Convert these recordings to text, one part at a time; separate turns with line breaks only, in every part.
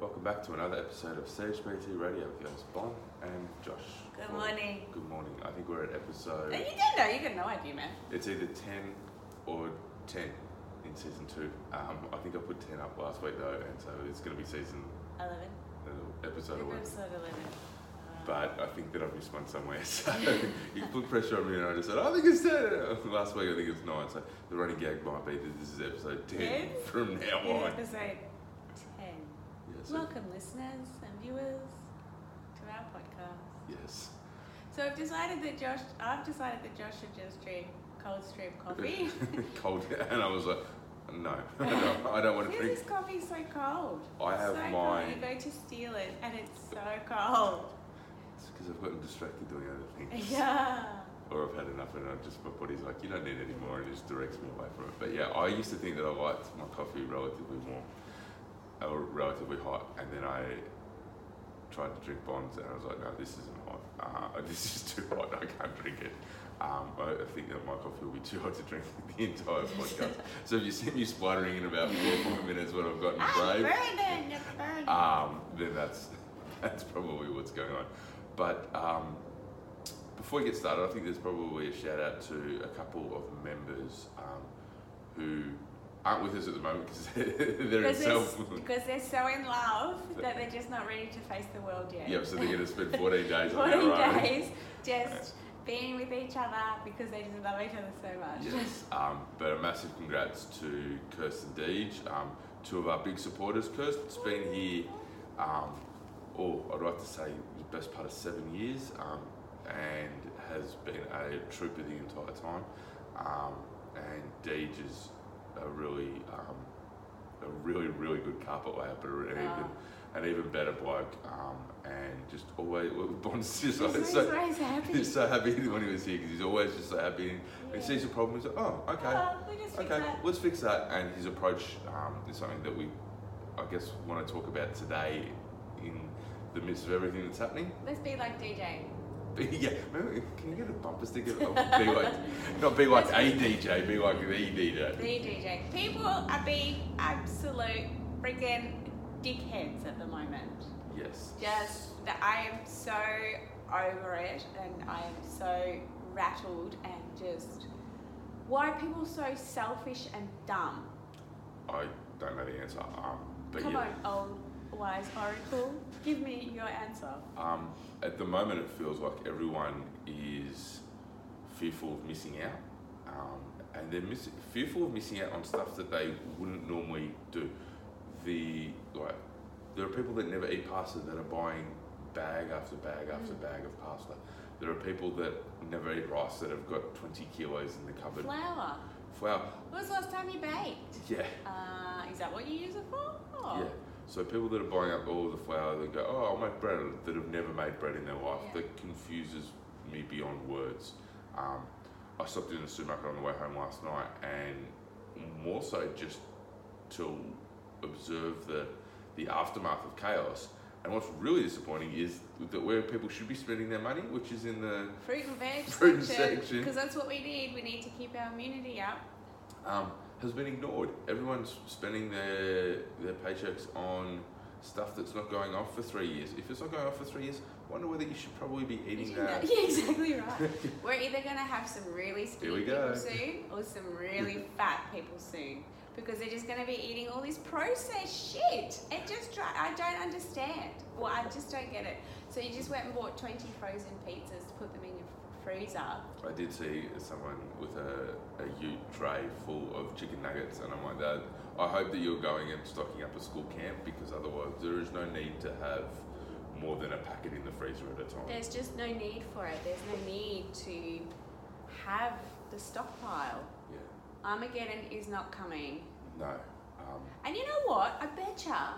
Welcome back to another episode of Sage BT Radio with yours, Bon and Josh.
Good
Well,
morning.
Good morning. I think we're at
And
episode.
you didn't know. You got no idea, man.
It's either ten or ten in season two. Um, I think I put ten up last week though, and so it's going to be season
Eleven.
uh, episode
You're
one.
episode eleven. Uh,
But I think that I've missed one somewhere. So you put pressure on me, and I just said, I think it's ten. Last week I think it was nine. So the running gag might be that this is episode ten
Ten?
from now
you're
on. Yeah,
episode ten.
so-
Welcome, listeners and viewers, to our podcast.
Yes.
So I've decided that Josh. I've decided that Josh should just drink cold stream coffee.
cold. And I was like, no, no I don't want to
Why
drink.
is this coffee so cold?
I have
so
my-
Cold. You go to steal it, and it's so cold.
It's because I've gotten distracted doing other things.
Yeah.
Or I've had enough and I just, my body's like, you don't need any more and it just directs me away from it. But yeah, I used to think that I liked my coffee relatively warm or relatively hot. And then I tried to drink bonds and I was like, no, this isn't hot. Uh, this is too hot. I can't drink it. Um, I I think that my coffee will be too hot to drink the entire podcast. so if you see me spluttering in about four or five minutes when I've gotten
I'm
brave,
burning. You're burning.
um, then that's that's probably what's going on. But um, before we get started, I think there's probably a shout out to a couple of members um, who aren't with us at the moment because they're in
Because they're,
self.
s- because they're so in love that they're just not ready to face the world yet.
yep, so they're going to spend 14 days on
40
their own.
days just being with each other because they just love each other so much.
Yes, um, but a massive congrats to Kirsten Deej, um, two of our big supporters. Kirsten's been here, um, oh, I'd like to say the best part of seven years, um, and has been a trooper the entire time. Um, and Deej is a really, um, a really, really good carpet layer, but an
Oh.
even, an even better bloke, um, and just always, Bond's
He's
just like,
always,
so,
always happy.
he's so happy when he was here because he's always just so happy. And he
Yeah.
sees a problem, he's like, oh, okay,
Oh, we just fix
okay,
that.
let's fix that. And his approach um, is something that we, I guess, want to talk about today in the midst of everything that's happening.
Let's be like DJ.
But yeah, maybe, can you get a bumper sticker? Oh, be like, not be like a DJ, be like E the
The
DJ.
DJ. People are being absolute freaking dickheads at the moment.
Yes.
Just that I am so over it and I am so rattled and just why are people so selfish and dumb?
I don't know the answer. Um, but
Come
yeah.
on, old wise oracle, give me your answer.
Um, at the moment, it feels like everyone is fearful of missing out, um, and they're miss- fearful of missing out on stuff that they wouldn't normally do. The like, there are people that never eat pasta that are buying bag after bag after bag of pasta. There are people that never eat rice that have got twenty kilos in the cupboard.
Flour.
Flour,
When was the last time you baked?
yeah.
Uh, is that what you use it for? Oh,
Yeah. So people that are buying up all the flour that go, oh, I'll make bread, that have never made bread in their life,
Yeah.
that confuses me beyond words. Um, I stopped in the supermarket on the way home last night, and more so just to observe the the aftermath of chaos. And what's really disappointing is that where people should be spending their money, which is in the
Fruit and veg
Fruit and
section.
section.
Because that's what we need. We need to keep our immunity up.
um, has been ignored. Everyone's spending their their paychecks on stuff that's not going off for three years. If it's not going off for three years, wonder whether you should probably be eating that.
Yeah, exactly right. We're either going to have some really
Here
skinny
we go.
people soon or some really fat people soon because they're just going to be eating all this processed shit. It just dri I don't understand. Well, I just don't get it. So you just went and bought 20 frozen pizzas to put them in your f- freezer.
I did see someone with a, a ute tray full of chicken nuggets, and I'm like, that. I hope that you're going and stocking up a school camp because otherwise there is no need to have more than a packet in the freezer at a time.
There's just no need for it. There's no need to have the stockpile.
Yeah.
Armageddon is not coming.
No. Um,
And you know what? I betcha.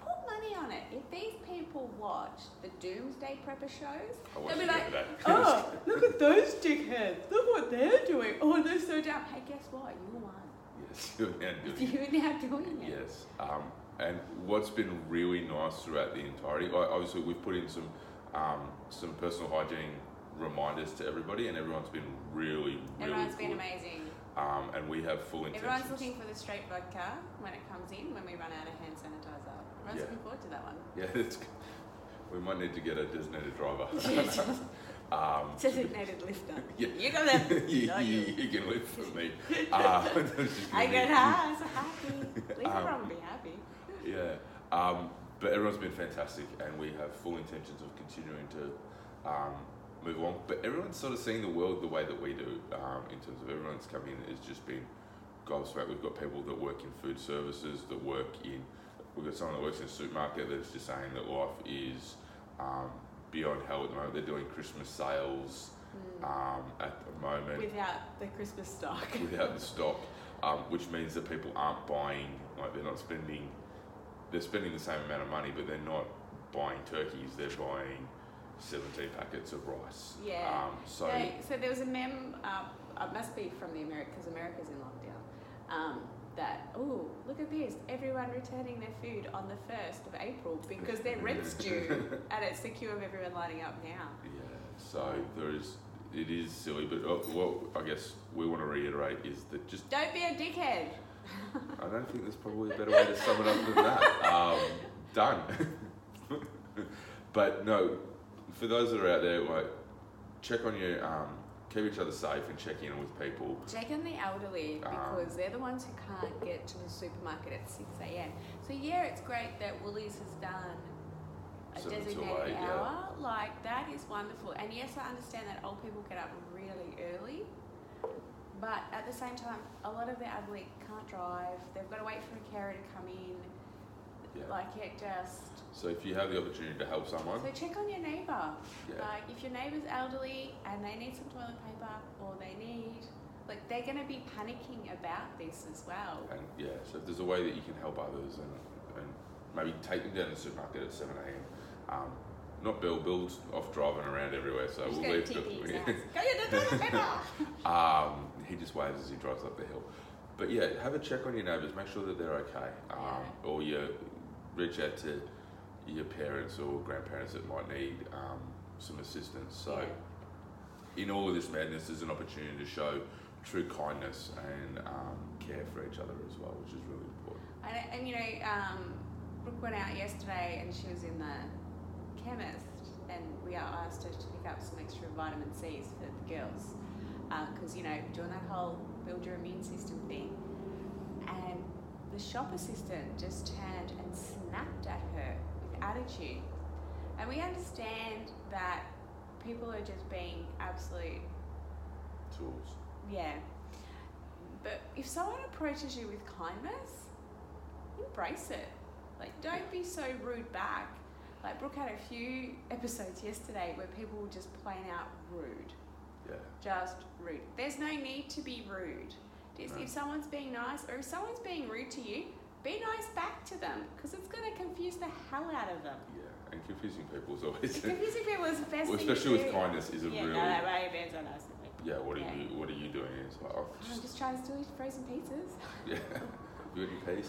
Put money on it. If these people watch the Doomsday Prepper shows,
I
they'll
watched
be
it
like,
that.
oh, look at those dickheads. Look what they're doing. Oh, they're so dumb. Hey, guess what? You won.
yes, you're now doing it.
You're now doing it.
Yes. Um, and what's been really nice throughout the entirety, like obviously we've put in some um, some personal hygiene reminders to everybody, and everyone's been really, really
Everyone's
good.
been amazing.
Um, and we have full intentions.
Everyone's looking for the straight vodka when it comes in, when we run out of hand sanitizer. I'm
Yeah.
looking forward to that one.
Yeah, it's, we might need to get a designated driver. um,
Designated lifter.
Yeah.
You got them.
you,
Not
you,
you.
you can live for me. Uh, it's just gonna
I
be-
get high, so happy. At least
Um,
everyone will be happy.
Yeah. Um, but everyone's been fantastic, and we have full intentions of continuing to um, move on. But everyone's sort of seeing the world the way that we do, um, in terms of everyone's come in has just been gobsmacked. We've got people that work in food services, that work in, we've got someone that works in a supermarket that's just saying that life is um, beyond hell at the moment. They're doing Christmas sales
Hmm.
um, at the moment
Without the Christmas stock.
without the stock, um, which means that people aren't buying, like they're not spending, they're spending the same amount of money, but they're not buying turkeys, they're buying 17 packets of rice.
Yeah.
Um, so,
They- so there was a mem, uh, it must be from the America, because America's in lockdown, um, that, oh, look at this, everyone returning their food on the 1st of April because their rent's due, and it's the queue of everyone lining up now.
yeah, so there is, it is silly, but uh, what I guess we want to reiterate is that just,
Don't be a dickhead.
I don't think there's probably a better way to sum it up than that. Um, done. but no, for those that are out there, like, check on your, um, keep each other safe and check in with people.
Check on the elderly
Ah.
because they're the ones who can't get to the supermarket at 6 a.m. So, yeah, it's great that Woolies has done a
Seven till
designated
eight, yeah.
hour. Like, that is wonderful. And yes, I understand that old people get up really early, but at the same time, a lot of the elderly can't drive. They've got to wait for a carer to come in.
Yeah.
Like, it just.
So if you have the opportunity to help someone,
So, check on your neighbour.
yeah,
Like if your neighbour's elderly and they need some toilet paper or they need like they're gonna be panicking about this as well.
and yeah. So if there's a way that you can help others, and, and maybe take them down to the supermarket at seven a.m. Um, not Bill. Bill's off driving around everywhere, so
Just
we'll
go to
leave.
TP's
Bill.
house. Go get the toilet paper.
um, he just waves as he drives up the hill. But yeah, have a check on your neighbours. Make sure that they're okay. Um,
Yeah.
Or you reach out to your parents or grandparents that might need um, some assistance. So.
Yeah.
in all of this madness there's an opportunity to show true kindness and um, care for each other as well, which is really important.
And, and you know, um, Brooke went out yesterday and she was in the chemist and we asked her to pick up some extra vitamin C's for the girls because you know doing that whole build your immune system thing. And the shop assistant just turned and snapped at her with attitude. And we understand that people are just being absolute
Tools.
yeah. But if someone approaches you with kindness, embrace it. Like, don't be so rude back. Like, Brooke had a few episodes yesterday where people were just plain out rude.
Yeah.
Just rude. There's no need to be rude. Just
No.
If someone's being nice or if someone's being rude to you, be nice back to them because it's going to confuse the hell out of them.
Yeah. And confusing people is always
Confusing people is the best
well,
thing. to
especially with
do.
kindness is a
Yeah,
really
no, that way, man's so nice.
Yeah, what are
Yeah.
you what are you doing? It's like oh
I'm
just,
just trying to steal frozen pizzas.
yeah. Good in peace.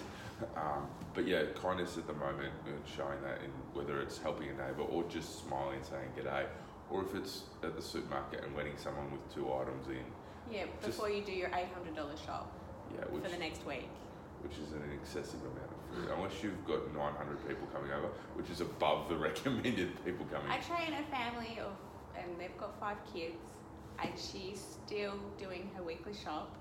Um, but yeah, kindness at the moment and showing that in whether it's helping a neighbour or just smiling and saying g'day. Or if it's at the supermarket and letting someone with two items in,
Yeah, before you do your eight hundred dollar shop
yeah, which
for the next week.
which is an excessive amount of food, unless you've got 900 people coming over, which is above the recommended people coming.
I train a family of, and they've got five kids, and she's still doing her weekly shop.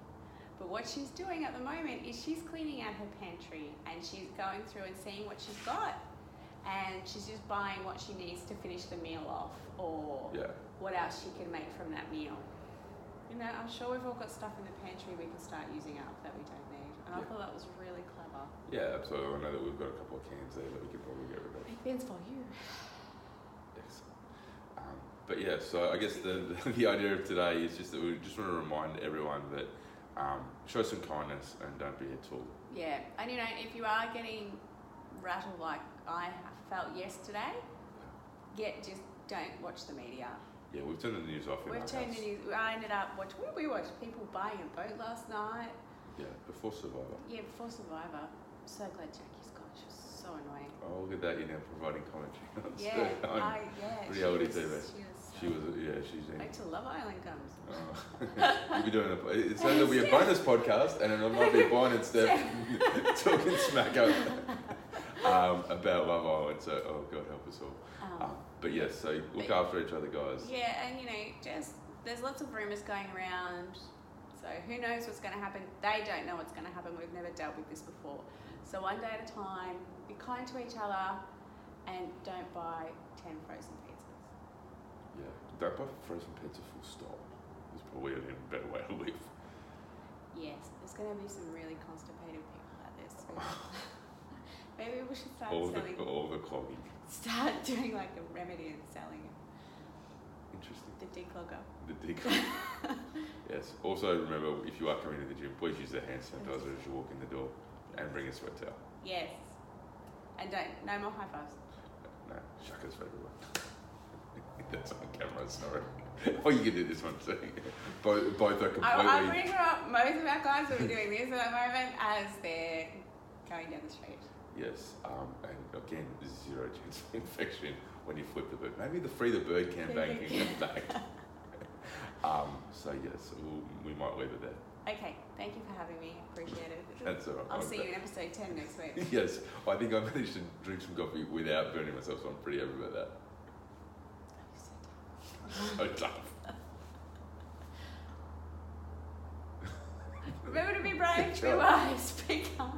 But what she's doing at the moment is she's cleaning out her pantry and she's going through and seeing what she's got, and she's just buying what she needs to finish the meal off or
yeah,
what else she can make from that meal. You know, I'm sure we've all got stuff in the pantry we can start using up that we don't need, and I
Yeah.
thought that was really clever.
yeah, absolutely. I know that we've got a couple of cans there that we could probably get rid of.
Big Ben's for you.
Excellent. Um, but yeah, so I guess the, the, idea of today is just that we just want to remind everyone that um, show some kindness and don't be a tool.
Yeah, and you know, if you are getting rattled like I felt yesterday, get just don't watch the media.
Yeah, we've turned the news off. in
We've
our
turned the
house.
news. I ended up watching. What did we watch? People buying a boat last night.
Yeah, before Survivor.
Yeah, before Survivor. So glad Jackie's gone. She was so annoying.
Oh, look at that! You're now providing commentary. on
Yeah,
Survivor.
I, yeah.
reality
she was,
TV.
She was. So
she was. Yeah, she's. in-
Wait till Love Island comes.
Oh. we'll be doing a, it's so there'll be a bonus podcast, and then it might be Vine and Steph talking smack up. um, about Love Island. So, oh, God help us all.
Um,
Um, but yes, so look
But-
after each other, guys.
Yeah, and you know, just there's lots of rumors going around. So who knows what's going to happen? They don't know what's going to happen. We've never dealt with this before. So one day at a time, be kind to each other, and don't buy ten frozen pizzas.
Yeah. Don't buy frozen pizza full stop. It's probably an even better way to live.
Yes, there's going to be some really constipated people at this. Maybe we should start
all,
selling.
the, all the clogging.
Start doing like a remedy and selling it.
Interesting.
The declogger.
The decon. yes. Also, remember if you are coming to the gym, please use the hand sanitizer as you walk in the door and bring a sweat towel.
Yes. And don't no more high fives.
No, Shaka's favourite one. That's on camera, sorry. oh, you can do this one too. Both, both are completely.
I, I'm pretty sure most of our guys will be doing this at the moment as they're going down the street.
Yes, um, and again, zero chance of infection when you flip the bird. Maybe the free the bird campaign can come back. um, so yes, we'll, we might leave it there.
Okay, thank you for having me. Appreciate it.
That's all right.
I'll see you in episode 10 next week.
Yes, I think I managed to drink some coffee without burning myself, so I'm pretty happy about that. So tough.
Remember to be brave, be wise, be kind.